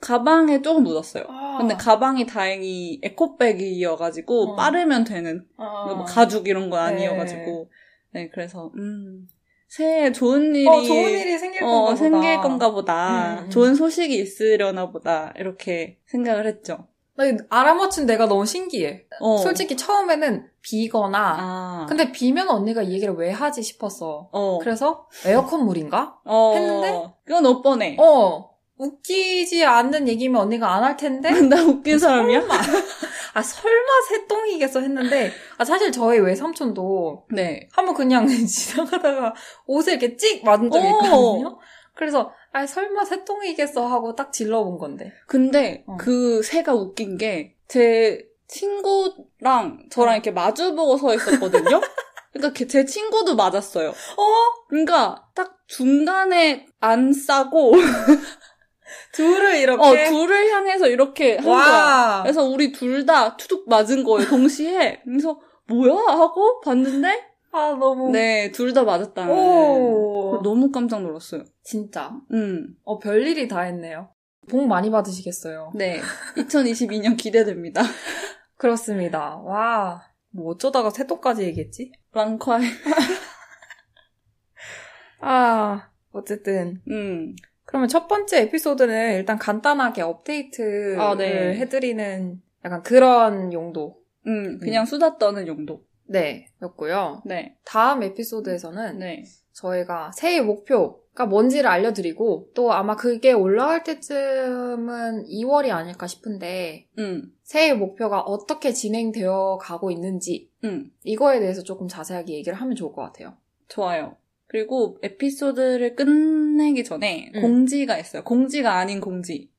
S1: 가방에 조금 묻었어요.
S2: 아.
S1: 근데 가방이 다행히 에코백이어가지고
S2: 어.
S1: 빠르면 되는
S2: 아.
S1: 뭐 가죽 이런 건
S2: 네.
S1: 아니어가지고 네 그래서 음 새해 좋은 일이
S2: 어, 좋은 일이 생길
S1: 어,
S2: 건가 보다.
S1: 생길 건가 보다
S2: 음, 음.
S1: 좋은 소식이 있으려나 보다 이렇게 생각을 했죠.
S2: 나 이거 알아맞힌 내가 너무 신기해.
S1: 어.
S2: 솔직히 처음에는 비거나,
S1: 아
S2: 근데 비면 언니가 이 얘기를 왜 하지 싶었어.
S1: 어.
S2: 그래서 에어컨 물인가?
S1: 어.
S2: 했는데?
S1: 그건 오뻔해
S2: 어, 웃기지 않는 얘기면 언니가 안 할 [LAUGHS] 텐데,
S1: [LAUGHS] 나 웃긴 사람이야?
S2: 아, 설마 새똥이겠어 했는데, 아, 사실 저희 외삼촌도
S1: 네.
S2: 한번 그냥 [LAUGHS] 지나가다가 옷에 이렇게 찍 맞은 적이
S1: 어.
S2: 있거든요? 그래서, 아, 설마 새똥이겠어 하고 딱 질러본 건데.
S1: 근데
S2: 어.
S1: 그 새가 웃긴 게 제 친구랑 저랑
S2: 어.
S1: 이렇게 마주보고 서
S2: [LAUGHS]
S1: 있었거든요. 그러니까 걔- 제 친구도 맞았어요.
S2: 어?
S1: 그러니까 딱 중간에 안 싸고
S2: 둘을 이렇게.
S1: 어 둘을 향해서 이렇게 한 거야.
S2: 와.
S1: 그래서 우리 둘 다 투둑 맞은 거예요 동시에. 그래서 뭐야 하고 봤는데
S2: 아, 너무.
S1: 네 둘 다 맞았다는.
S2: 오.
S1: 너무 깜짝 놀랐어요.
S2: 진짜.
S1: 음,
S2: 어, 별일이 다 했네요. 복 많이 받으시겠어요.
S1: 네. 2022년 기대됩니다. [LAUGHS]
S2: 그렇습니다. 와. 뭐 어쩌다가 새똥까지 얘기했지?
S1: 랑콰이.
S2: 아, 어쨌든.
S1: 음,
S2: 그러면 첫 번째 에피소드는 일단 간단하게 업데이트를
S1: 아, 네.
S2: 해드리는 약간 그런 용도.
S1: 음, 그냥 수다 떠는 용도.
S2: 네. 였고요.
S1: 네,
S2: 다음 에피소드에서는
S1: 네,
S2: 저희가 새해 목표가 뭔지를 알려드리고 또 아마 그게 올라갈 때쯤은 2월이 아닐까 싶은데
S1: 음,
S2: 새해 목표가 어떻게 진행되어 가고 있는지
S1: 음,
S2: 이거에 대해서 조금 자세하게 얘기를 하면 좋을 것 같아요.
S1: 좋아요. 그리고 에피소드를 끝내기 전에
S2: 음.
S1: 공지가 있어요. 공지가 아닌 공지.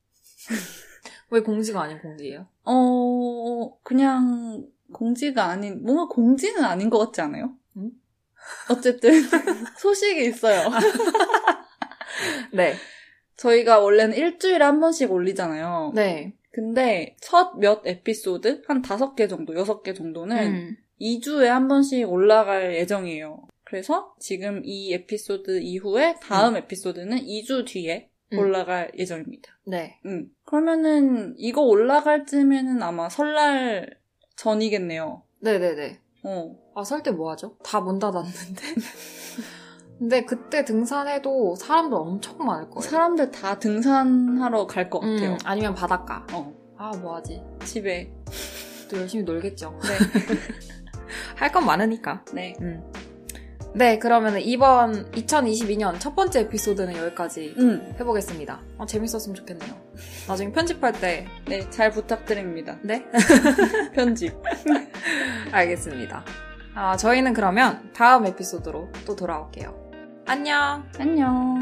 S2: 왜 공지가 아닌 공지예요?
S1: 어, 그냥 공지가 아닌, 뭔가 공지는 아닌 것 같지 않아요?
S2: 음?
S1: 어쨌든, [LAUGHS] 소식이 있어요.
S2: 네.
S1: 저희가 원래는 일주일에 한 번씩 올리잖아요.
S2: 네.
S1: 근데 첫 몇 에피소드? 한 다섯 개 정도, 여섯 개 정도는
S2: 음.
S1: 2주에 한 번씩 올라갈 예정이에요. 그래서 지금 이 에피소드 이후에 다음 에피소드는 2주 뒤에
S2: 음.
S1: 올라갈 예정입니다.
S2: 네.
S1: 음. 그러면은 이거 올라갈 쯤에는 아마 설날 전이겠네요.
S2: 네네네.
S1: 어.
S2: 아, 설 때 뭐 하죠? 다 문 닫았는데. [LAUGHS] 근데 그때 등산해도 사람들 엄청 많을 거예요.
S1: 사람들 다 등산하러 갈 것 같아요.
S2: 음, 아니면 바닷가.
S1: 어.
S2: 아, 뭐 하지?
S1: 집에.
S2: 또 열심히 놀겠죠.
S1: 네.
S2: [LAUGHS] 할 건 많으니까.
S1: 네.
S2: 음. 네, 그러면 이번 2022년 첫 번째 에피소드는 여기까지
S1: 음.
S2: 해보겠습니다. 어, 재밌었으면 좋겠네요. 나중에 편집할 때.
S1: 네. 잘 부탁드립니다.
S2: 네? [LAUGHS]
S1: 편집.
S2: 알겠습니다. 아, 저희는 그러면 다음 에피소드로 또 돌아올게요. 안녕!
S1: 안녕.